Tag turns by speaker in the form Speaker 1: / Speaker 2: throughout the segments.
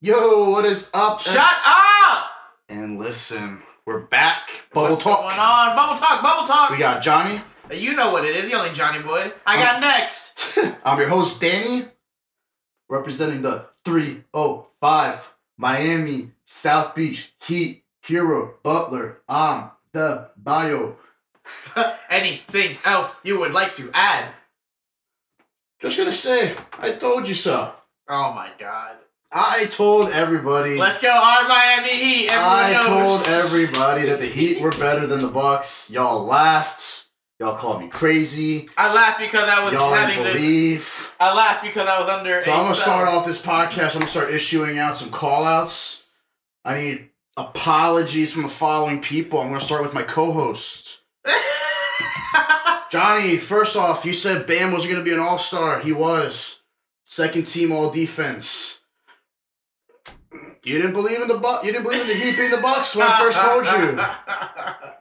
Speaker 1: Yo, what is up?
Speaker 2: Shut up!
Speaker 1: And listen, we're back. Bubble
Speaker 2: What's
Speaker 1: talk.
Speaker 2: going on? Bubble talk, bubble talk.
Speaker 1: We got Johnny.
Speaker 2: you know what it is. You only Johnny boy. I got next.
Speaker 1: I'm your host, Danny, representing the 305 Miami, South Beach, Heat, Hero, Butler. I'm the bio.
Speaker 2: Anything else you would like to add?
Speaker 1: Just gonna say, I told you so.
Speaker 2: Oh my god.
Speaker 1: I told everybody.
Speaker 2: Let's go, our Miami Heat. Everyone
Speaker 1: I
Speaker 2: knows.
Speaker 1: told everybody that the Heat were better than the Bucks. Y'all laughed. Y'all called me crazy.
Speaker 2: I laughed because I was
Speaker 1: Y'all
Speaker 2: having
Speaker 1: didn't
Speaker 2: the.
Speaker 1: believe.
Speaker 2: I laughed because I was under.
Speaker 1: So
Speaker 2: a
Speaker 1: I'm gonna
Speaker 2: spell.
Speaker 1: start off this podcast. I'm gonna start issuing out some call outs. I need apologies from the following people. I'm gonna start with my co-host. Johnny, first off, you said Bam was gonna be an all-star. He was. Second team all defense. You didn't believe in the Buck. you didn't believe in the Heat being the Bucks when I first told you.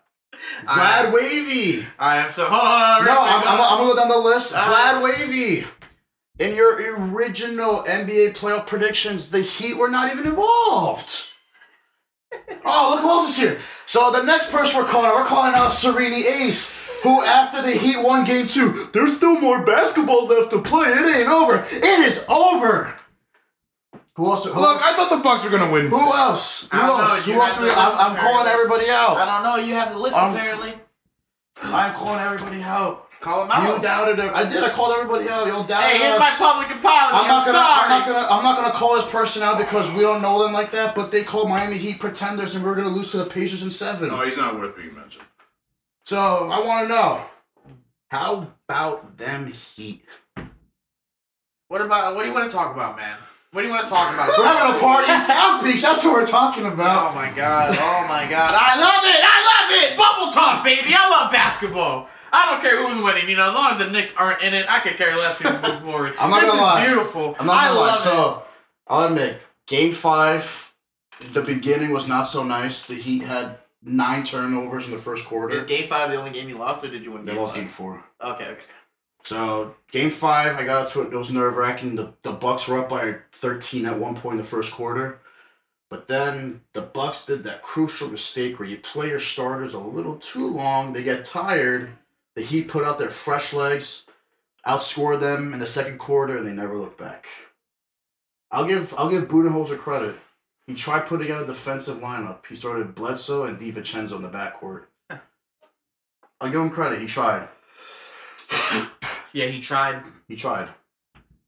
Speaker 1: Vlad Wavy.
Speaker 2: I am so. Hold on, hold
Speaker 1: No,
Speaker 2: on. real quick,
Speaker 1: I'm, I'm,
Speaker 2: hold on.
Speaker 1: I'm gonna go down the list.
Speaker 2: Uh,
Speaker 1: Vlad Wavy. In your original NBA playoff predictions, the Heat were not even involved. Oh, look who else is here. So the next person we're calling, we're calling out Serini Ace, who after the Heat won game two, there's still more basketball left to play. It ain't over. It is over. Who else? Who
Speaker 3: Look, I
Speaker 1: else?
Speaker 3: thought the Bucks were gonna win.
Speaker 1: Who else? Who
Speaker 2: I don't
Speaker 1: else?
Speaker 2: know.
Speaker 1: Who
Speaker 2: You have
Speaker 1: else?
Speaker 2: to
Speaker 1: we- I'm, I'm
Speaker 2: listen,
Speaker 1: calling everybody
Speaker 2: I
Speaker 1: out.
Speaker 2: don't know. You have to listen,
Speaker 1: Um,
Speaker 2: apparently.
Speaker 1: I'm calling everybody out.
Speaker 2: Call him
Speaker 1: You
Speaker 2: out.
Speaker 1: doubted it. I did. I called everybody out. Y'all doubted
Speaker 2: Hey,
Speaker 1: us.
Speaker 2: here's my public apology.
Speaker 1: I'm
Speaker 2: I'm,
Speaker 1: not gonna.
Speaker 2: sorry.
Speaker 1: I'm not gonna. I'm not gonna call his person out because we don't know them like that. But they called Miami Heat pretenders, and we are gonna lose to the Pacers in seven.
Speaker 2: Oh,
Speaker 3: No, he's not worth being mentioned.
Speaker 1: So I want to know, how about them Heat?
Speaker 2: What about what do you want to talk about, man? What do you want to talk about?
Speaker 1: We're having a party in South Beach. That's what we're talking
Speaker 2: Oh
Speaker 1: about.
Speaker 2: my god! Oh my god! I love it! I love it! Bubble talk, baby! I love basketball. I don't care who's winning. You know, as long as the Knicks aren't in it, I could care less who moves forward.
Speaker 1: I'm not
Speaker 2: this
Speaker 1: gonna
Speaker 2: is
Speaker 1: lie.
Speaker 2: Beautiful.
Speaker 1: I'm not
Speaker 2: I
Speaker 1: gonna lie.
Speaker 2: love it.
Speaker 1: So I'll admit, Game Five, the beginning was not so nice. The Heat had nine turnovers in the first quarter.
Speaker 2: game five the only game you lost, or did you win?
Speaker 1: They lost Game Four.
Speaker 2: Okay, okay.
Speaker 1: So game five, I got up to it. It was nerve wracking. The the Bucks were up by thirteen at one point in the first quarter, but then the Bucks did that crucial mistake where you play your starters a little too long. They get tired. The Heat put out their fresh legs, outscored them in the second quarter, and they never looked back. I'll give I'll give Budenholzer credit. He tried putting out a defensive lineup. He started Bledsoe and DiVincenzo in the backcourt. I'll give him credit. He tried.
Speaker 2: Yeah, he tried.
Speaker 1: He tried.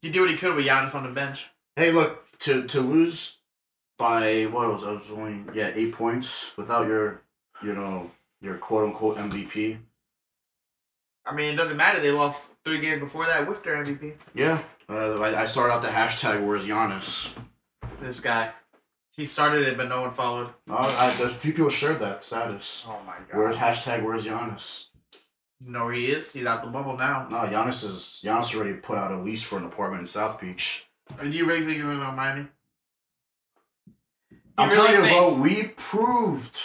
Speaker 2: He did what he could with Giannis on the bench.
Speaker 1: Hey, look to to lose by what was I was only yeah eight points without your you know your quote unquote MVP.
Speaker 2: I mean, it doesn't matter. They lost three games before that with their MVP.
Speaker 1: Yeah, uh, I, I started out the hashtag where's Giannis.
Speaker 2: This guy, he started it, but no one followed.
Speaker 1: Uh, I, a few people shared that status.
Speaker 2: Oh my god.
Speaker 1: Where's hashtag Where's Giannis?
Speaker 2: No, he is. He's out the bubble now.
Speaker 1: No, Giannis is Giannis already put out a lease for an apartment in South Beach.
Speaker 2: And do you really think he's going to Miami?
Speaker 1: I'm
Speaker 2: really
Speaker 1: telling you, bro,
Speaker 2: thinks-
Speaker 1: we proved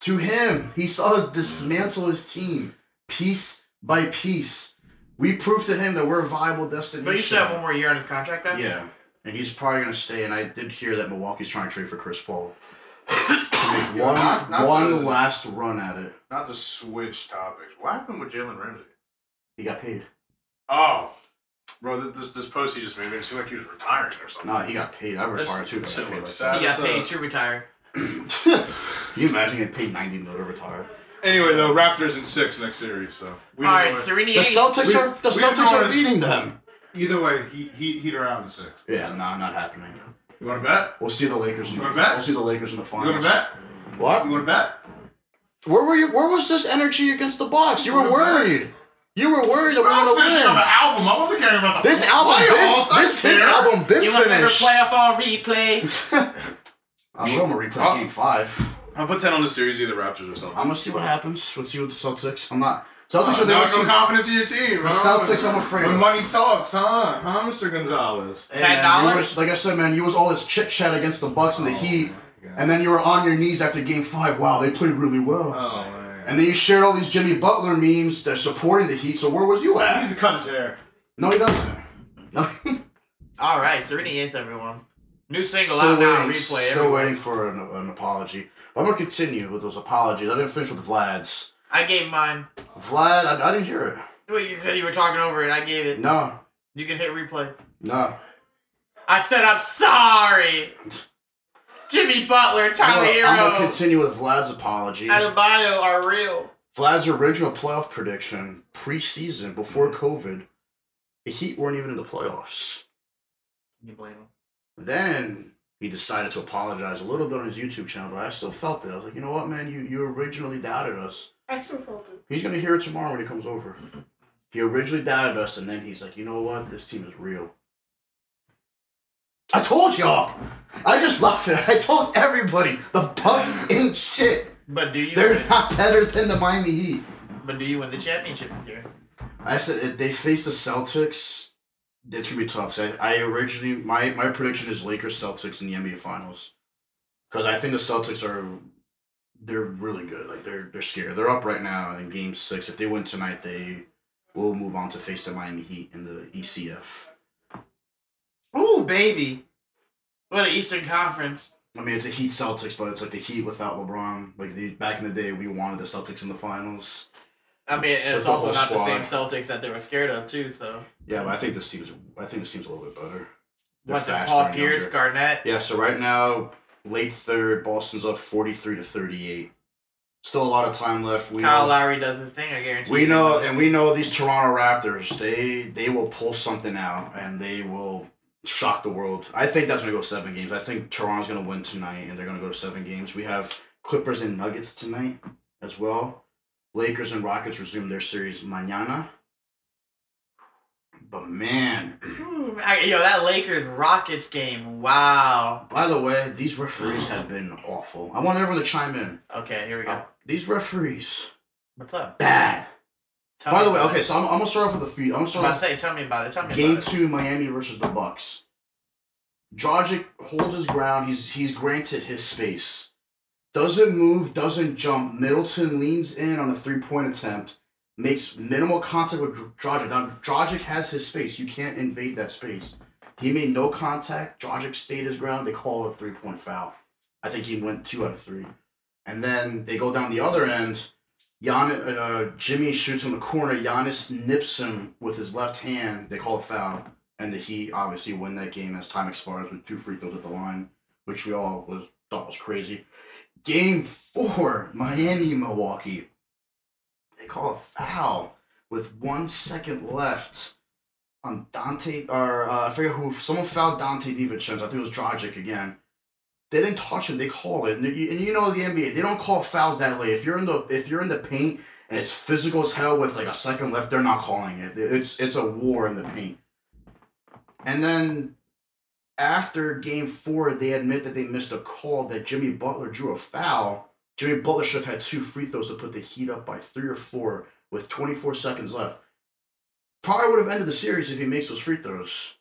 Speaker 1: to him. He saw us dismantle his team piece by piece. We proved to him that we're a viable destination.
Speaker 2: But you should have one more year on his contract then?
Speaker 1: Yeah, and he's probably gonna stay. And I did hear that Milwaukee's trying to trade for Chris Paul. To make one
Speaker 3: Not- not
Speaker 1: one
Speaker 3: really.
Speaker 1: last run at it.
Speaker 3: Not to switch topics. What happened with Jalen Ramsey?
Speaker 1: He got paid.
Speaker 3: Oh, bro, th- this this post he just made made it seem like he was retiring or something.
Speaker 1: No, he got paid. I retired too. If I
Speaker 3: shit
Speaker 1: got paid
Speaker 3: looks
Speaker 1: like
Speaker 2: He got
Speaker 3: That's, uh,
Speaker 2: paid to retire.
Speaker 1: that. Can you imagine getting paid ninety mil to retire?
Speaker 3: Anyway, though, Raptors in six next series. So we
Speaker 2: All
Speaker 3: either
Speaker 2: right,
Speaker 3: way-
Speaker 2: Serena
Speaker 1: The Celtics
Speaker 3: We-
Speaker 1: are the
Speaker 3: we
Speaker 1: Celtics are
Speaker 3: don't-
Speaker 1: beating them.
Speaker 3: Either way, he he heat are out in six.
Speaker 1: Yeah, no, not happening.
Speaker 3: You want to bet?
Speaker 1: We'll see the Lakers. In the,
Speaker 3: You wanna bet?
Speaker 1: we'll see the Lakers in the
Speaker 3: You
Speaker 1: finals.
Speaker 3: want to bet? You
Speaker 1: What?
Speaker 3: want to bet?
Speaker 1: Where were you? Where was this energy against the Bucks? You were worried. You were worried that
Speaker 3: But I
Speaker 1: we're
Speaker 3: was finishing
Speaker 1: gonna
Speaker 3: up an
Speaker 1: win.
Speaker 3: album. I wasn't caring about the
Speaker 1: This album,
Speaker 3: playoffs.
Speaker 1: been,
Speaker 3: I
Speaker 1: this this
Speaker 3: care.
Speaker 1: album been
Speaker 2: You want to
Speaker 1: finished.
Speaker 2: play off on replay?
Speaker 1: I'm sure I'm gonna replay
Speaker 3: Huh?
Speaker 1: game five.
Speaker 3: I'll put ten on the series, either Raptors or something.
Speaker 1: I'm gonna see what happens. Let's see what the Celtics. I'm not Celtics
Speaker 3: Uh,
Speaker 1: are there.
Speaker 3: not
Speaker 1: with
Speaker 3: some
Speaker 1: some-
Speaker 3: confidence in your team.
Speaker 1: The
Speaker 3: huh?
Speaker 1: Celtics, I'm afraid
Speaker 3: When
Speaker 1: of.
Speaker 3: money talks, huh? Huh, Mr. Gonzalez?
Speaker 1: Hey, man, you
Speaker 2: $10?
Speaker 1: was- like I said, man, you was all this chit chat against the Bucks and the
Speaker 3: Oh,
Speaker 1: Heat,
Speaker 3: And
Speaker 1: and then you were on your knees after Game Five. Wow, they played really well.
Speaker 3: oh man.
Speaker 1: and then you shared all these Jimmy Butler memes that are supporting the Heat. So where was you
Speaker 3: He
Speaker 1: at?
Speaker 3: needs to cut his hair.
Speaker 1: No, he doesn't. No.
Speaker 2: All right, Serena is everyone. New single
Speaker 1: Still
Speaker 2: out now,
Speaker 1: waiting-
Speaker 2: replay.
Speaker 1: Still
Speaker 2: everywhere.
Speaker 1: waiting for an, an apology. I'm gonna continue with those apologies. I didn't finish with Vlad's.
Speaker 2: I gave mine.
Speaker 1: Vlad, I, I didn't hear it.
Speaker 2: Wait, you said you were talking over it. I gave it.
Speaker 1: No,
Speaker 2: You can hit replay.
Speaker 1: no.
Speaker 2: I said I'm sorry. Jimmy Butler, Tyler
Speaker 1: No, I'm gonna
Speaker 2: Hero,
Speaker 1: continue with Vlad's apology.
Speaker 2: Adebayo are real.
Speaker 1: Vlad's original playoff prediction preseason before
Speaker 2: Mm-hmm.
Speaker 1: COVID, the Heat weren't even in the playoffs.
Speaker 2: You blame him.
Speaker 1: Then he decided to apologize a little bit on his YouTube channel, but I still felt it. I was like, you know what, man, you, you originally doubted us.
Speaker 2: I still felt it.
Speaker 1: He's gonna hear it tomorrow when he comes over. He originally doubted us, and then he's like, you know what, this team is real. I told y'all. I just love it. I told everybody the Bucks ain't shit.
Speaker 2: But do you?
Speaker 1: They're not better than the Miami Heat.
Speaker 2: But do you win the championship this year?
Speaker 1: I said if they face the Celtics, it's gonna be tough. So I, I originally my my prediction is Lakers Celtics in the NBA Finals because I think the Celtics are they're really good. Like they're they're scared. They're up right now in Game Six. If they win tonight, they will move on to face the Miami Heat in the E ECF.
Speaker 2: Ooh, baby. What an Eastern Conference.
Speaker 1: I mean, it's a Heat Celtics, but it's like the Heat without LeBron. Like the, back in the day, we wanted the Celtics in the finals.
Speaker 2: I mean,
Speaker 1: With
Speaker 2: and it's
Speaker 1: the
Speaker 2: also
Speaker 1: whole
Speaker 2: not
Speaker 1: squad.
Speaker 2: the same Celtics that they were scared of too. So
Speaker 1: Yeah, but I think this team's I think this team's a little bit better. They're
Speaker 2: what's it?
Speaker 1: faster
Speaker 2: Paul
Speaker 1: and
Speaker 2: Pierce,
Speaker 1: younger.
Speaker 2: Garnett.
Speaker 1: Yeah, so right now, late third, Boston's up 43 to 38. Still a lot of time left. We
Speaker 2: Kyle
Speaker 1: know,
Speaker 2: Lowry does his thing. I guarantee.
Speaker 1: we
Speaker 2: you.
Speaker 1: know and we know these Toronto Raptors, they they will pull something out and they will shock the world. I think that's going to go 7 games. I think Toronto's going to win tonight and they're going to go to 7 games. We have Clippers and Nuggets tonight as well. Lakers and Rockets resume their series mañana. But man,
Speaker 2: Ooh, Hmm, I- yo, that Lakers Rockets game. Wow.
Speaker 1: by the way, these referees have been awful. I want everyone to chime in.
Speaker 2: Okay, here we go.
Speaker 1: These referees,
Speaker 2: What's up?
Speaker 1: bad.
Speaker 2: Tell
Speaker 1: By
Speaker 2: me
Speaker 1: the way,
Speaker 2: about
Speaker 1: okay,
Speaker 2: It.
Speaker 1: so I'm, I'm gonna start off with the feet. I'm gonna
Speaker 2: I was about
Speaker 1: start
Speaker 2: to say, tell me about it. Tell me
Speaker 1: off game
Speaker 2: about it.
Speaker 1: two, Miami versus the Bucks. Dragic holds his ground. He's he's granted his space. Doesn't move. Doesn't jump. Middleton leans in on a three point attempt. Makes minimal contact with Dragic. Now Dragic has his space. You can't invade that space. He made no contact. Dragic stayed his ground. They call a three point foul. I think he went two out of three. And then they go down the other end. Gian, uh, Jimmy shoots in the corner. Giannis nips him with his left hand. They call a foul. And the Heat obviously win that game as time expires with two free throws at the line, which we all was thought was crazy. Game four, Miami Milwaukee. They call a foul with one second left on Dante or uh, I forget who someone fouled Dante DiVincenzo. I think it was Dragic again. They didn't touch him. They call it, and you, and you know the NBA. They don't call fouls that late. If you're in the if you're in the paint and it's physical as hell with like a second left, they're not calling it. It's it's a war in the paint. And then after game four, they admit that they missed a call that Jimmy Butler drew a foul. Jimmy Butler should have had two free throws to put the Heat up by three or four with 24 seconds left. Probably would have ended the series if he makes those free throws.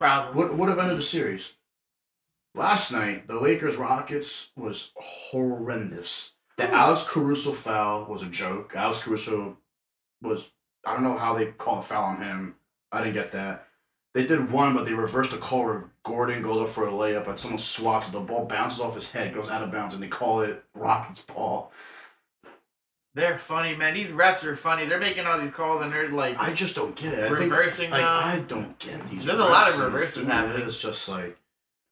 Speaker 2: Problem.
Speaker 1: Would would have ended the series. Last night, the Lakers Rockets was horrendous. The Alex Caruso foul was a joke. Alex Caruso was I don't know how they called a foul on him. I didn't get that. They did one, but they reversed the call where Gordon goes up for a layup and someone swats it. The ball bounces off his head, goes out of bounds, and they call it Rockets ball.
Speaker 2: They're funny, man. These refs are funny. They're making all these calls and they're like
Speaker 1: I just don't get it. I think
Speaker 2: reversing
Speaker 1: Like
Speaker 2: them.
Speaker 1: I don't get these.
Speaker 2: There's a lot of
Speaker 1: refs in this
Speaker 2: reverses
Speaker 1: team.
Speaker 2: happening.
Speaker 1: It's just like,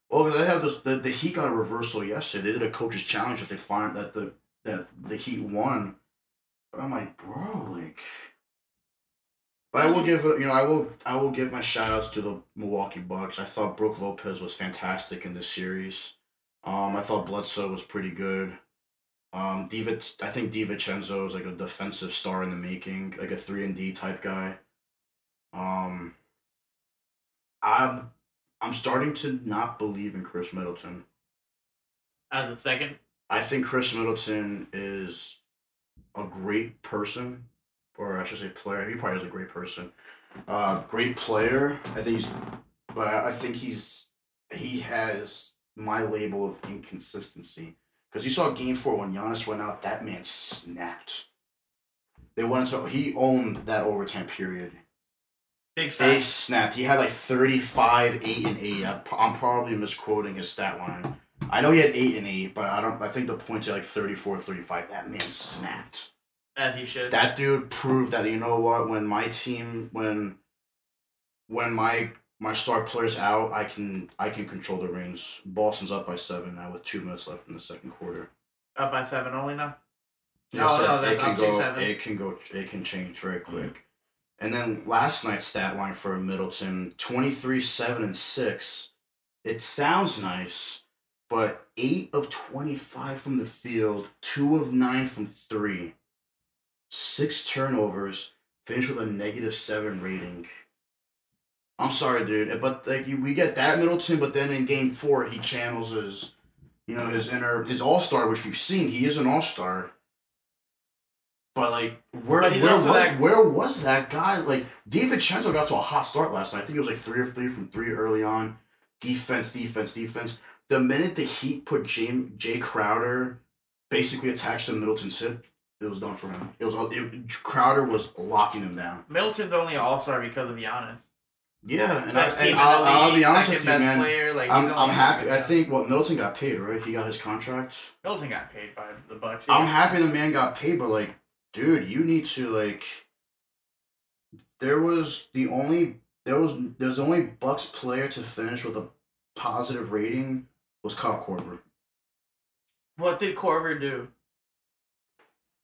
Speaker 1: well, 'cause they have this. The, the Heat got a reversal yesterday. They did a coach's challenge that they find that the that the Heat won. But I'm like, bro, like. But I will give you know I will I will give my shout outs to the Milwaukee Bucks. I thought Brooke Lopez was fantastic in this series. Um, I thought Bledsoe was pretty good. Um, Diva, I think DiVincenzo is like a defensive star in the making, like a three and D type guy. Um, I'm I'm starting to not believe in Chris Middleton.
Speaker 2: as a second.
Speaker 1: I think Chris Middleton is a great person, or I should say player. He probably is a great person, uh, great player. I think he's, but I, I think he's he has my label of inconsistency because you saw Game Four when Giannis went out. That man snapped. They went into he owned that overtime period.
Speaker 2: Big
Speaker 1: They
Speaker 2: fan.
Speaker 1: snapped. He had like 35, 8 and 8. I- I'm probably misquoting his stat line. I know he had 8 and 8, but I don't I think the points are like 34, 35. That man snapped.
Speaker 2: As you should.
Speaker 1: That dude proved that you know what, when my team when when my my star player's out, I can I can control the rings. Boston's up by 7 now with 2 minutes left in the second quarter.
Speaker 2: Up by seven only now.
Speaker 1: Like I
Speaker 2: Oh,
Speaker 1: said,
Speaker 2: no, that's
Speaker 1: it can
Speaker 2: up to
Speaker 1: go,
Speaker 2: seven. Mm-hmm.
Speaker 1: It can go. It can change very quick. And then last night's stat line for Middleton: twenty-three, seven, and six. It sounds nice, but eight of twenty-five from the field, two of nine from three, six turnovers, finished with a negative seven rating. I'm sorry, dude, but like you, we get that Middleton, but then in Game Four he channels his, you know, his inner his All Star, which we've seen. He is an All Star. But like, where
Speaker 2: But he's
Speaker 1: where was
Speaker 2: also that-
Speaker 1: where was that guy? Like, David Chenzo got off to a hot start last night. I think it was like three or three from three early on. Defense, defense, defense. The minute the Heat put Jam Jay Crowder basically attached to Middleton's hip, it was done for him. It was it, Crowder was locking him down.
Speaker 2: Middleton's only an all star because of Giannis.
Speaker 1: Yeah, and, I,
Speaker 2: Best
Speaker 1: and
Speaker 2: team in
Speaker 1: I'll,
Speaker 2: the league,
Speaker 1: I'll be honest
Speaker 2: second
Speaker 1: with you,
Speaker 2: best
Speaker 1: man.
Speaker 2: player. Like he's
Speaker 1: I'm,
Speaker 2: only
Speaker 1: I'm happy.
Speaker 2: because
Speaker 1: I think what Middleton got paid, right? He got his contract.
Speaker 2: Middleton got paid by the Bucks.
Speaker 1: I'm happy the man got paid, but like, dude, you need to like. There was the only there was there's only Bucks player to finish with a positive rating was Kyle Korver.
Speaker 2: What did Corver do?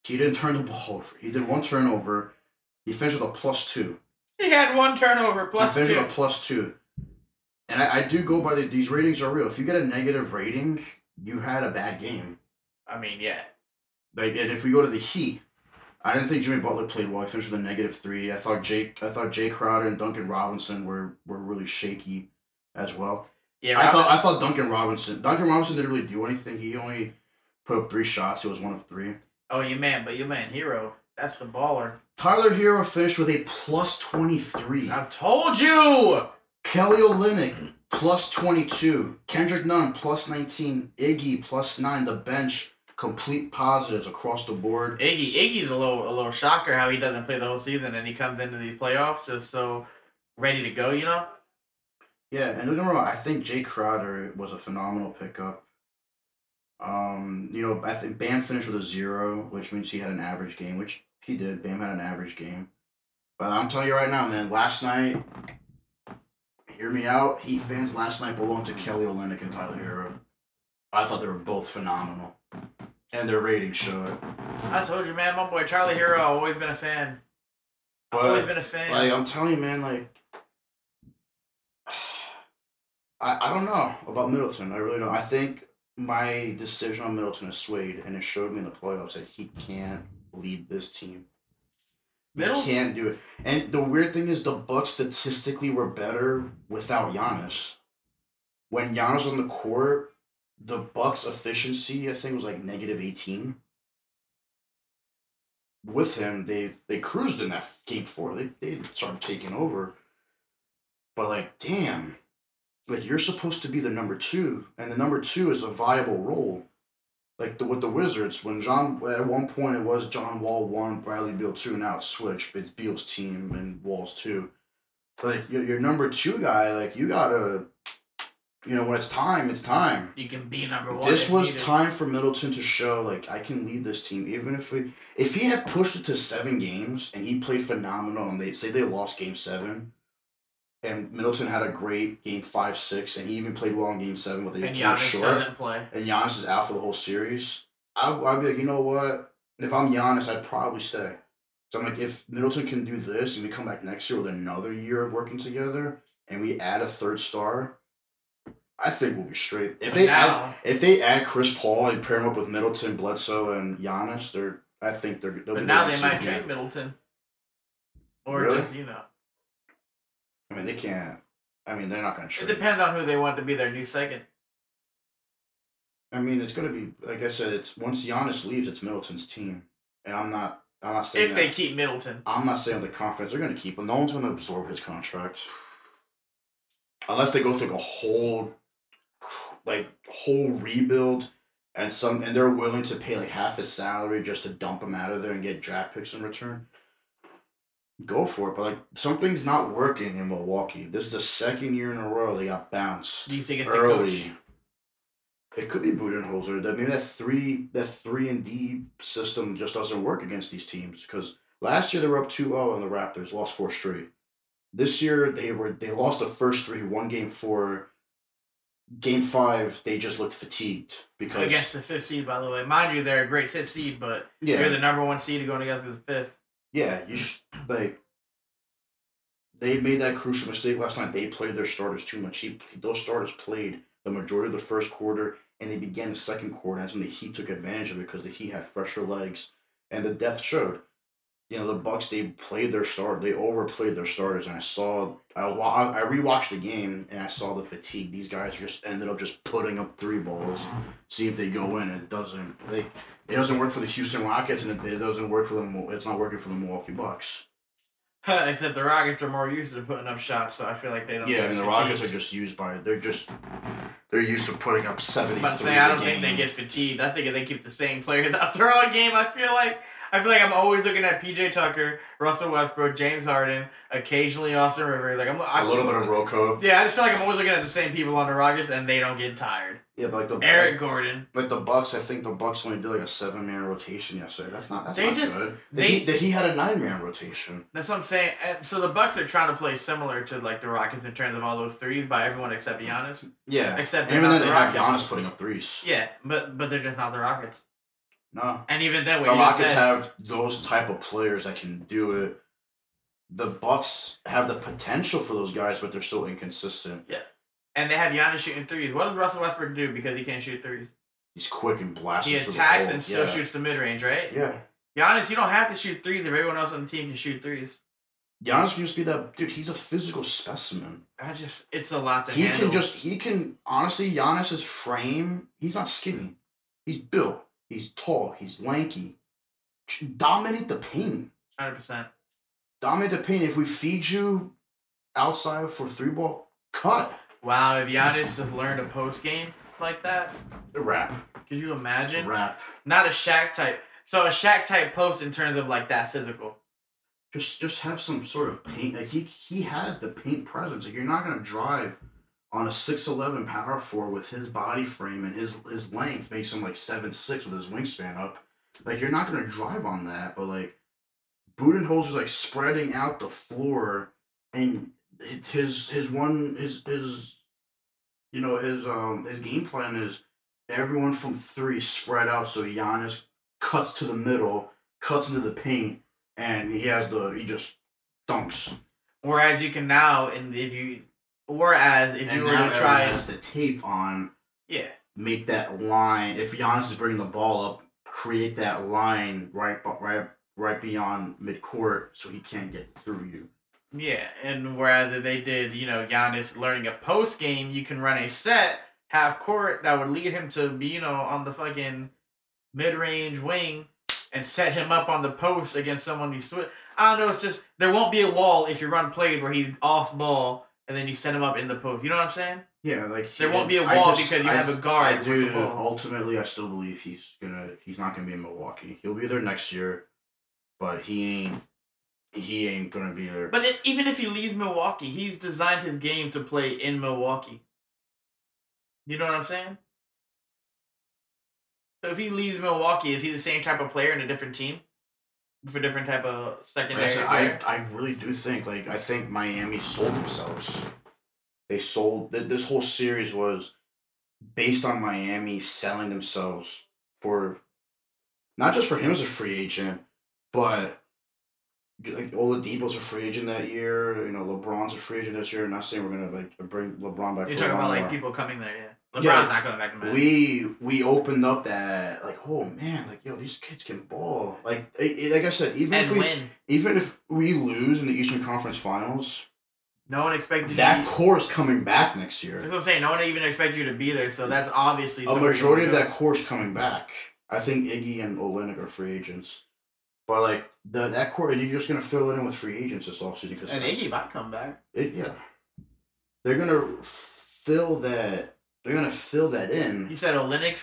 Speaker 1: He didn't turn the ball over. He did one turnover. He finished with a plus two.
Speaker 2: He had one turnover plus
Speaker 1: he
Speaker 2: two.
Speaker 1: finished with a plus two. And I, I do go by the, these ratings are real. If you get a negative rating, you had a bad game.
Speaker 2: I mean, yeah.
Speaker 1: Like, and if we go to the Heat, I didn't think Jimmy Butler played well. He finished with a negative three. I thought Jake, I thought Jay Crowder and Duncan Robinson were were really shaky as well.
Speaker 2: Yeah,
Speaker 1: I
Speaker 2: Robin-
Speaker 1: thought I thought Duncan Robinson, Duncan Robinson didn't really do anything. He only put up three shots. He was one of three.
Speaker 2: Oh, you man, but you man, hero. That's the baller.
Speaker 1: Tyler Hero finished with a plus twenty three.
Speaker 2: I told you.
Speaker 1: Kelly Olynyk plus twenty two. Kendrick Nunn plus nineteen. Iggy plus nine. The bench complete positives across the board.
Speaker 2: Iggy, Iggy's a little, a little shocker how he doesn't play the whole season and he comes into these playoffs just so ready to go. You know,
Speaker 1: Yeah, and don't get me wrong, I think Jay Crowder was a phenomenal pickup. Um, you know, I think Bam finished with a zero, which means he had an average game, which he did. Bam had an average game. But I'm telling you right now, man, last night, hear me out, Heat fans last night belonged to Kelly Olynyk and Tyler Hero. I thought they were both phenomenal. And their rating showed.
Speaker 2: I told you, man. My boy Charlie Hero, I've always been a fan. I've always
Speaker 1: But
Speaker 2: been a fan.
Speaker 1: Like I'm telling you, man. Like I I don't know about Middleton. I really don't. I think my decision on Middleton is swayed, and it showed me in the playoffs that he can't lead this team.
Speaker 2: Middleton-
Speaker 1: He can't do it. And the weird thing is, the Bucks statistically were better without Giannis. When Giannis was on the court, the Bucks' efficiency I think was like negative eighteen with him, they they cruised in that game four. They they started taking over. But like, damn, like you're supposed to be the number two, and the number two is a viable role. Like the, with the Wizards, when John at one point it was John Wall one, Bradley Beal two. Now it's switched. It's Beal's team and Wall's two. But like, your your number two guy, like you gotta, you know, when it's time, it's time
Speaker 2: you can be number one.
Speaker 1: this
Speaker 2: if
Speaker 1: was
Speaker 2: needed.
Speaker 1: time for Middleton to show like I can lead this team even if we if he had pushed it to seven games and he played phenomenal and they say they lost game seven and Middleton had a great game five six and he even played well in game seven but they
Speaker 2: And
Speaker 1: came
Speaker 2: Giannis
Speaker 1: short
Speaker 2: doesn't play.
Speaker 1: and Giannis is out for the whole series I I'd be like you know what if I'm Giannis I'd probably stay so I'm like if Middleton can do this and we come back next year with another year of working together and we add a third star. I think we'll be straight. If they add,
Speaker 2: now,
Speaker 1: if they add Chris Paul and pair him up with Middleton, Bledsoe, and Giannis, they're I think they're. They'll
Speaker 2: but
Speaker 1: be
Speaker 2: now
Speaker 1: the
Speaker 2: they might
Speaker 1: Superman.
Speaker 2: trade Middleton. Or
Speaker 1: Really?
Speaker 2: just you know,
Speaker 1: I mean, they can't. I mean, they're not going to
Speaker 2: it
Speaker 1: trade.
Speaker 2: depends on who they want to be their new second.
Speaker 1: I mean, it's going to be like I said. It's once Giannis leaves, it's Middleton's team, and I'm not. I'm not saying
Speaker 2: If
Speaker 1: that-
Speaker 2: they keep Middleton,
Speaker 1: I'm not saying the conference. They're going to keep him. No one's going to absorb his contract, unless they go through a whole, like whole rebuild, and some and they're willing to pay like half his salary just to dump him out of there and get draft picks in return. go for it. But like something's not working in Milwaukee. This is the second year in a row they got bounced
Speaker 2: Do you think it's the coach?
Speaker 1: early. It could be Budenholzer. That maybe that three that three and D system just doesn't work against these teams because last year they were up 2-0 and the Raptors lost four straight. This year they were they lost the first three, one game four. Game five, they just looked fatigued because
Speaker 2: Against the fifth seed, by the way. Mind you, they're a great fifth seed, but
Speaker 1: yeah,
Speaker 2: you're the number one seed going against the fifth.
Speaker 1: Yeah, you sh- like they made that crucial mistake last night. They played their starters too much. He, those starters played the majority of the first quarter, and they began the second quarter. And that's when the Heat took advantage of it because the Heat had fresher legs, and the depth showed. You know the Bucks. They played their start. They overplayed their starters, and I saw. I was. wa- I I rewatched the game, and I saw the fatigue. These guys just ended up just putting up three balls, see if they go in. It doesn't. They it doesn't work for the Houston Rockets, and it, it doesn't work for the. Mil- It's not working for the Milwaukee Bucks.
Speaker 2: Except the Rockets are more used to putting up shots, so I feel like they don't.
Speaker 1: Yeah,
Speaker 2: get
Speaker 1: and the Rockets are
Speaker 2: fatigued.
Speaker 1: just used by. They're just. They're used to putting up seventy
Speaker 2: But
Speaker 1: three.
Speaker 2: say, I don't think they get fatigued. I think if they keep the same players out there all game, I feel like I feel like I'm always looking at PJ Tucker, Russell Westbrook, James Harden, occasionally Austin Rivers. Like I'm, I
Speaker 1: a little bit of Roko.
Speaker 2: Yeah, I just feel like I'm always looking at the same people on the Rockets, and they don't get tired.
Speaker 1: Yeah, but like the
Speaker 2: Eric Gordon.
Speaker 1: Like the Bucks, I think the Bucks only did like a seven man rotation yesterday. That's not. That's
Speaker 2: They
Speaker 1: not
Speaker 2: just-
Speaker 1: good.
Speaker 2: they-
Speaker 1: He, the Heat had a nine man rotation.
Speaker 2: That's what I'm saying. And So the Bucks are trying to play similar to like the Rockets in terms of all those threes by everyone except Giannis.
Speaker 1: Yeah.
Speaker 2: Except
Speaker 1: And
Speaker 2: they're
Speaker 1: even
Speaker 2: not
Speaker 1: then,
Speaker 2: the
Speaker 1: they have
Speaker 2: Rockets.
Speaker 1: Giannis putting up threes.
Speaker 2: Yeah, but but they're just not the Rockets.
Speaker 1: No.
Speaker 2: And even then, what
Speaker 1: the
Speaker 2: you just
Speaker 1: Rockets
Speaker 2: said-
Speaker 1: have those type of players that can do it. The Bucks have the potential for those guys, but they're still inconsistent.
Speaker 2: and they have Giannis shooting threes. What does Russell Westbrook do because he can't shoot threes?
Speaker 1: He's quick and blasts.
Speaker 2: He
Speaker 1: it through the
Speaker 2: attacks
Speaker 1: hole.
Speaker 2: and still
Speaker 1: yeah.
Speaker 2: shoots the mid range, right?
Speaker 1: Yeah,
Speaker 2: Giannis, you don't have to shoot threes if everyone else on the team can shoot threes.
Speaker 1: Giannis used to be that dude. He's a physical specimen.
Speaker 2: I just, it's a lot to
Speaker 1: he
Speaker 2: handle.
Speaker 1: can just he can honestly Giannis's frame. He's not skinny. He's built. He's tall. He's lanky. Just Dominate the paint.
Speaker 2: hundred percent.
Speaker 1: Dominate the paint. If we feed you outside for three ball, cut
Speaker 2: Wow, if Giannis just learned a post game like that,
Speaker 1: the wrap.
Speaker 2: could you imagine?
Speaker 1: Wrap.
Speaker 2: Not a Shaq type. So a Shaq type post in terms of like that physical.
Speaker 1: just just have some sort of paint. Like he he has the paint presence. Like you're not gonna drive on a six eleven power four with his body frame and his his length makes him like seven six with his wingspan up. Like you're not gonna drive on that, but like Budenholzer's like spreading out the floor and his his one his his you know his um his game plan is everyone from three spread out so Giannis cuts to the middle, cuts into the paint, and he has the he just dunks.
Speaker 2: Whereas you can now, and if you, whereas if
Speaker 1: and
Speaker 2: you were
Speaker 1: now
Speaker 2: to try,
Speaker 1: everyone has the tape on,
Speaker 2: yeah,
Speaker 1: make that line. If Giannis is bringing the ball up, create that line right, bu- right, right beyond midcourt, so he can't get through you.
Speaker 2: yeah, and whereas if they did, you know, Giannis learning a post game, you can run a set half court that would lead him to be, you know, on the fucking mid range wing and set him up on the post against someone you switch. I don't know. It's just there won't be a wall if you run plays where he's off ball and then you set him up in the post. You know what I'm saying?
Speaker 1: Yeah, like
Speaker 2: There
Speaker 1: he-
Speaker 2: won't be a
Speaker 1: I
Speaker 2: wall
Speaker 1: just-
Speaker 2: because you
Speaker 1: I-
Speaker 2: have a guard
Speaker 1: I
Speaker 2: with
Speaker 1: do.
Speaker 2: the ball.
Speaker 1: Ultimately, I still believe he's gonna. He's not gonna be in Milwaukee. He'll be there next year, but he ain't. He ain't gonna be there.
Speaker 2: But it, even if he leaves Milwaukee, he's designed his game to play in Milwaukee. You know what I'm saying? So if he leaves Milwaukee, is he the same type of player in a different team? For different type of
Speaker 1: Like I,
Speaker 2: secondary
Speaker 1: said,
Speaker 2: player?
Speaker 1: I, I really do think like I think Miami sold themselves. They sold th- this whole series was based on Miami selling themselves for not just for him as a free agent, but like Oladipo's a free agent that year. You know, LeBron's a free agent this year. Not saying we're gonna like bring LeBron back.
Speaker 2: You're
Speaker 1: for
Speaker 2: talking about
Speaker 1: LeBron,
Speaker 2: like
Speaker 1: but-
Speaker 2: people coming there, yeah. LeBron's
Speaker 1: uh, Yeah.
Speaker 2: not coming back to Miami.
Speaker 1: we we opened up that like oh man like yo these kids can ball like it, it- like I said even if
Speaker 2: and
Speaker 1: we
Speaker 2: win.
Speaker 1: even if we lose in the Eastern Conference Finals,
Speaker 2: No one expected
Speaker 1: that
Speaker 2: you.
Speaker 1: core is coming back next
Speaker 2: That's
Speaker 1: year.
Speaker 2: what I'm saying. No one even expected you to be there, so that's obviously
Speaker 1: A
Speaker 2: something you're
Speaker 1: majority of
Speaker 2: doing.
Speaker 1: that core is coming back. I think Iggy and Olenek are free agents. But like the, that core, you're just gonna fill it in with free agents this offseason because
Speaker 2: And Iggy might come back.
Speaker 1: it, yeah, they're gonna fill that. They're gonna fill that
Speaker 2: You
Speaker 1: in.
Speaker 2: said Olenek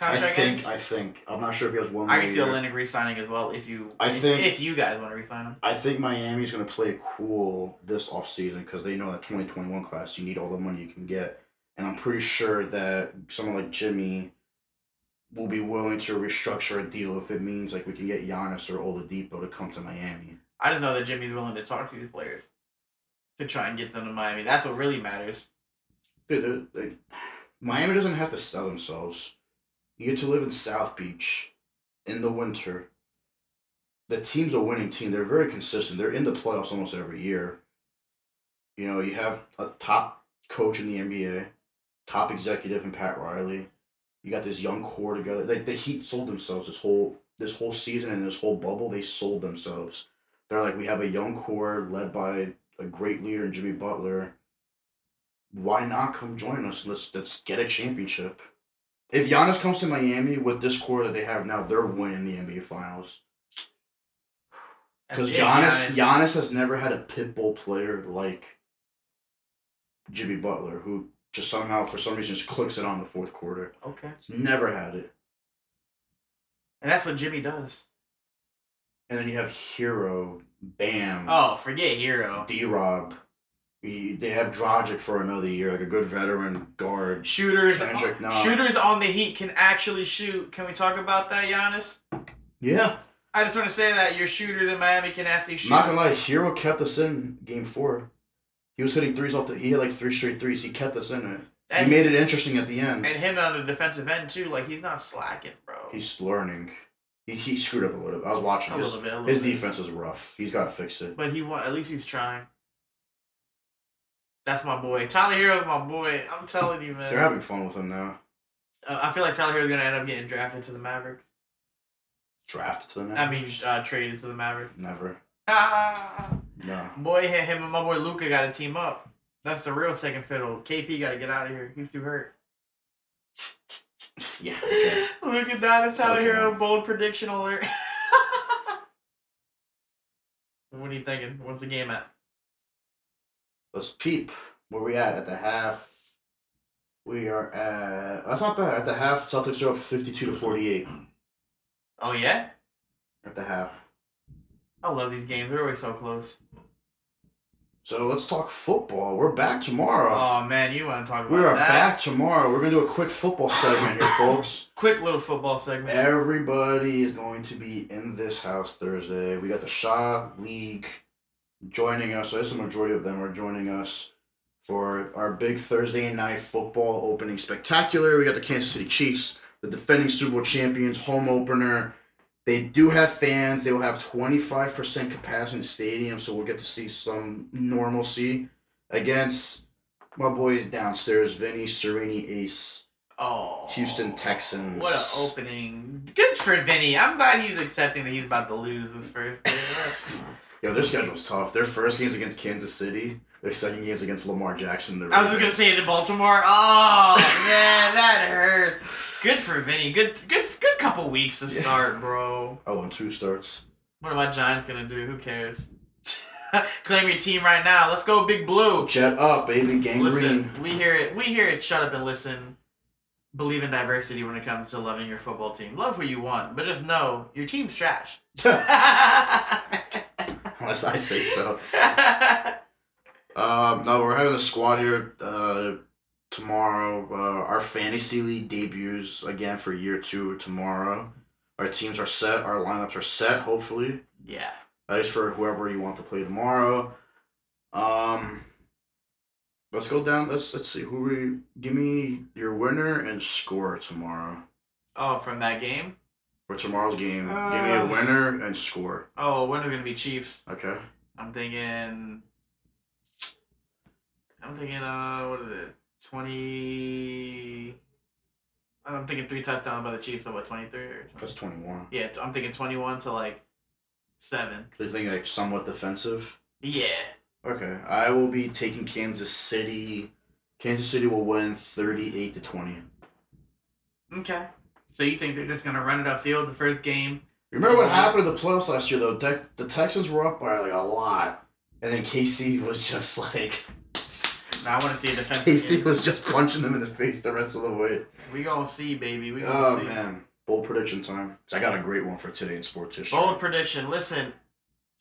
Speaker 1: I
Speaker 2: contract
Speaker 1: think.
Speaker 2: ends?
Speaker 1: I think. I'm not sure if he has one. More
Speaker 2: I can see
Speaker 1: year.
Speaker 2: Olenek re-signing as well if you
Speaker 1: I
Speaker 2: if,
Speaker 1: think-
Speaker 2: if you guys want to re-sign him.
Speaker 1: I think Miami's going to play it cool this offseason because they know that 2021 class, you need all the money you can get. And I'm pretty sure that someone like Jimmy will be willing to restructure a deal if it means like we can get Giannis or Oladipo to come to Miami.
Speaker 2: I just know that Jimmy's willing to talk to these players to try and get them to Miami. That's what really matters.
Speaker 1: Dude, they're- like, Miami doesn't have to sell themselves. You get to live in South Beach in the winter. The team's a winning team. They're very consistent. They're in the playoffs almost every year. You know, you have a top coach in the NBA, top executive in Pat Riley. You got this young core together. Like the Heat sold themselves this whole this whole season and this whole bubble. They sold themselves. They're like, we have a young core led by a great leader in Jimmy Butler. Why not come join us? Let's let's get a championship. If Giannis comes to Miami with this core that they have now, they're winning the NBA Finals.
Speaker 2: That's
Speaker 1: Because
Speaker 2: it,
Speaker 1: Giannis, Giannis has never had a pit bull player like Jimmy Butler, who just somehow, for some reason, just clicks it on the fourth quarter.
Speaker 2: Okay.
Speaker 1: It's never had it.
Speaker 2: And that's what Jimmy does.
Speaker 1: And then you have Hero, Bam,
Speaker 2: Oh, forget Hero.
Speaker 1: D Rob. They have Drogic for another year, like a good veteran guard.
Speaker 2: Shooters,
Speaker 1: Kendrick, no.
Speaker 2: shooters on the Heat can actually shoot. Can we talk about that, Giannis?
Speaker 1: Yeah,
Speaker 2: I just want to say that your shooters in Miami can actually shoot.
Speaker 1: not gonna lie, Hero kept us in game four. He was hitting threes off the. He had like three straight threes. He kept us in it.
Speaker 2: and,
Speaker 1: he made it interesting at the end.
Speaker 2: and him on the defensive end too. Like he's not slacking, bro.
Speaker 1: He's learning. He, he screwed up a little bit. I was watching
Speaker 2: a
Speaker 1: his,
Speaker 2: little bit. a little
Speaker 1: his
Speaker 2: bit.
Speaker 1: defense is rough. He's got to fix it.
Speaker 2: But he won. At least he's trying. That's my boy. Tyler Hero's my boy. I'm telling you, man.
Speaker 1: They're having fun with him now.
Speaker 2: Uh, I feel like Tyler Hero's gonna end up getting drafted to the Mavericks.
Speaker 1: Drafted to the next.
Speaker 2: I mean, uh, traded to the Mavericks.
Speaker 1: never.
Speaker 2: Ah,
Speaker 1: No.
Speaker 2: boy, him him and my boy Luca got to team up. That's the real second fiddle. KP got to get out of here. He's too hurt.
Speaker 1: Yeah. okay.
Speaker 2: Luca died of Tyler
Speaker 1: Okay.
Speaker 2: Hero. Bold prediction alert. what are you thinking? What's the game at?
Speaker 1: Let's peep. Where we at at the half? We are at. That's not bad. At the half, Celtics are up fifty-two to forty-eight.
Speaker 2: Oh yeah,
Speaker 1: At the half.
Speaker 2: I love these games. They're always so close.
Speaker 1: So let's talk football. We're back tomorrow.
Speaker 2: Oh man, you want to talk about
Speaker 1: we are
Speaker 2: that?
Speaker 1: back tomorrow. We're gonna do a quick football segment here, folks.
Speaker 2: Quick little football segment.
Speaker 1: Everybody is going to be in this house Thursday. We got the Shaw League joining us. I guess the majority of them are joining us for our big Thursday night football opening spectacular. We got the Kansas City Chiefs, the defending Super Bowl champions, home opener. They do have fans. They will have 25% capacity in the stadium, so we'll get to see some normalcy against my boys downstairs, Vinny Serini Ace.
Speaker 2: Oh,
Speaker 1: Houston Texans.
Speaker 2: What an opening! Good for Vinny. I'm glad he's accepting that he's about to lose his first. game.
Speaker 1: Yo, their schedule's tough. Their first game's against Kansas City. Their second game's against Lamar Jackson. and the
Speaker 2: I was just gonna
Speaker 1: Ravens.
Speaker 2: say the Baltimore. Oh man, that hurts. Good for Vinny. Good, good, good couple weeks to
Speaker 1: Yeah.
Speaker 2: start, bro.
Speaker 1: Oh, and two starts.
Speaker 2: What are my Giants gonna do? Who cares? Claim your team right now. Let's go, Big Blue.
Speaker 1: Jet up, baby.
Speaker 2: Listen,
Speaker 1: Gangrene.
Speaker 2: we hear it. We hear it. Shut up and listen. Believe in diversity when it comes to loving your football team. Love who you want, but just know your team's trash.
Speaker 1: Unless I say so. Um, no, we're having the squad here uh, tomorrow. Uh, our fantasy league debuts again for year two tomorrow. Our teams are set. Our lineups are set, hopefully.
Speaker 2: yeah.
Speaker 1: That is for whoever you want to play tomorrow. Um, let's go down. Let's let's see who we give me your winner and score tomorrow
Speaker 2: Oh, from that game.
Speaker 1: for tomorrow's game. give me a
Speaker 2: Uh.
Speaker 1: winner and score.
Speaker 2: Oh, when are gonna be Chiefs?
Speaker 1: Okay.
Speaker 2: I'm thinking. I'm thinking. Uh, what is it? Twenty. I'm thinking three touchdowns by the Chiefs. So what? Twenty three or? 20?
Speaker 1: That's twenty one.
Speaker 2: Yeah, t- I'm thinking twenty one to like seven.
Speaker 1: Do you think like somewhat defensive?
Speaker 2: Yeah.
Speaker 1: Okay. I will be taking Kansas City. Kansas City will win thirty eight to twenty.
Speaker 2: Okay. So you think they're just gonna run it upfield the first game?
Speaker 1: Remember what happened in the playoffs last year though? Tex the Texans were up by like a lot, and then KC was just like,
Speaker 2: Now I want to see a defensive.
Speaker 1: Casey
Speaker 2: game.
Speaker 1: was just punching them in the face the rest of the way.
Speaker 2: We gonna see, baby. We gonna
Speaker 1: Oh
Speaker 2: see.
Speaker 1: man, bold prediction time. I got a great one for today in sports history.
Speaker 2: Bold prediction. Listen,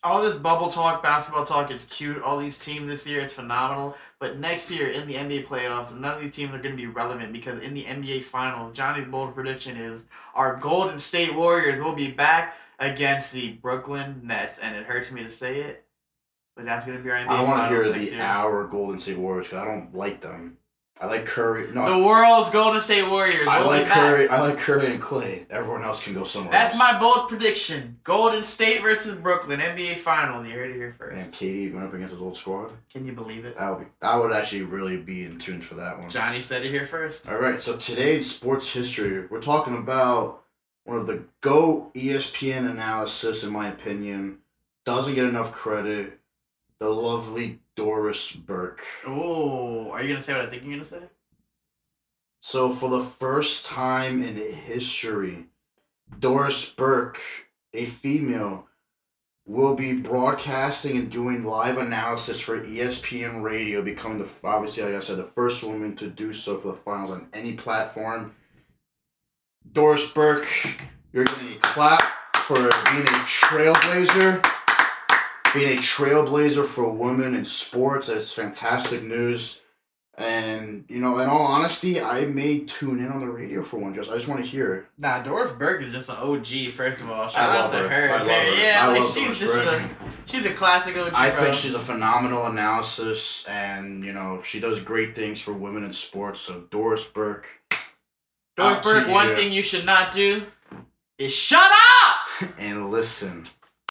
Speaker 2: all this bubble talk, basketball talk, it's cute. All these teams this year, it's phenomenal. But next year in the NBA playoffs, none of these teams are going to be relevant because in the NBA finals, Johnny's bold prediction is our Golden State Warriors will be back against the Brooklyn Nets, and it hurts me to say it, but that's going to be our NBA
Speaker 1: I don't want to
Speaker 2: finals
Speaker 1: hear
Speaker 2: next
Speaker 1: the
Speaker 2: year.
Speaker 1: our Golden State Warriors because I don't like them. I like Curry. No,
Speaker 2: The world's Golden State Warriors.
Speaker 1: I
Speaker 2: will be
Speaker 1: like
Speaker 2: back.
Speaker 1: Curry. I like Curry and Clay. Everyone else can go somewhere.
Speaker 2: That's
Speaker 1: else.
Speaker 2: my bold prediction. Golden State versus Brooklyn NBA Final. You heard it here first.
Speaker 1: And Katie went up against his old squad.
Speaker 2: Can you believe it?
Speaker 1: That would be, I would actually really be in tune for that one.
Speaker 2: Johnny said it here first.
Speaker 1: All right, so today in sports history, we're talking about one of the E go ESPN analysis, in my opinion, doesn't get enough credit. The lovely Doris Burke.
Speaker 2: Oh, are you gonna say what I think you're gonna say?
Speaker 1: So for the first time in history, Doris Burke, a female, will be broadcasting and doing live analysis for E ESPN Radio, becoming the obviously, like I said, the first woman to do so for the finals on any platform. Doris Burke, you're getting a clap for being a trailblazer. Being a trailblazer for women in sports is fantastic news. And you know, in all honesty, I may tune in on the radio for one. Just I just want to hear it.
Speaker 2: Nah, Doris Burke is just an OG. First of all, shout out
Speaker 1: love
Speaker 2: to her.
Speaker 1: her. I love her.
Speaker 2: Yeah,
Speaker 1: I
Speaker 2: like
Speaker 1: love
Speaker 2: she's
Speaker 1: Doris
Speaker 2: just a she's a classic OG.
Speaker 1: I
Speaker 2: bro.
Speaker 1: think she's a phenomenal analysis, and you know she does great things for women in sports. So Doris Burke,
Speaker 2: Doris
Speaker 1: out to
Speaker 2: Burke. One
Speaker 1: you.
Speaker 2: thing you should not do is shut up.
Speaker 1: and listen.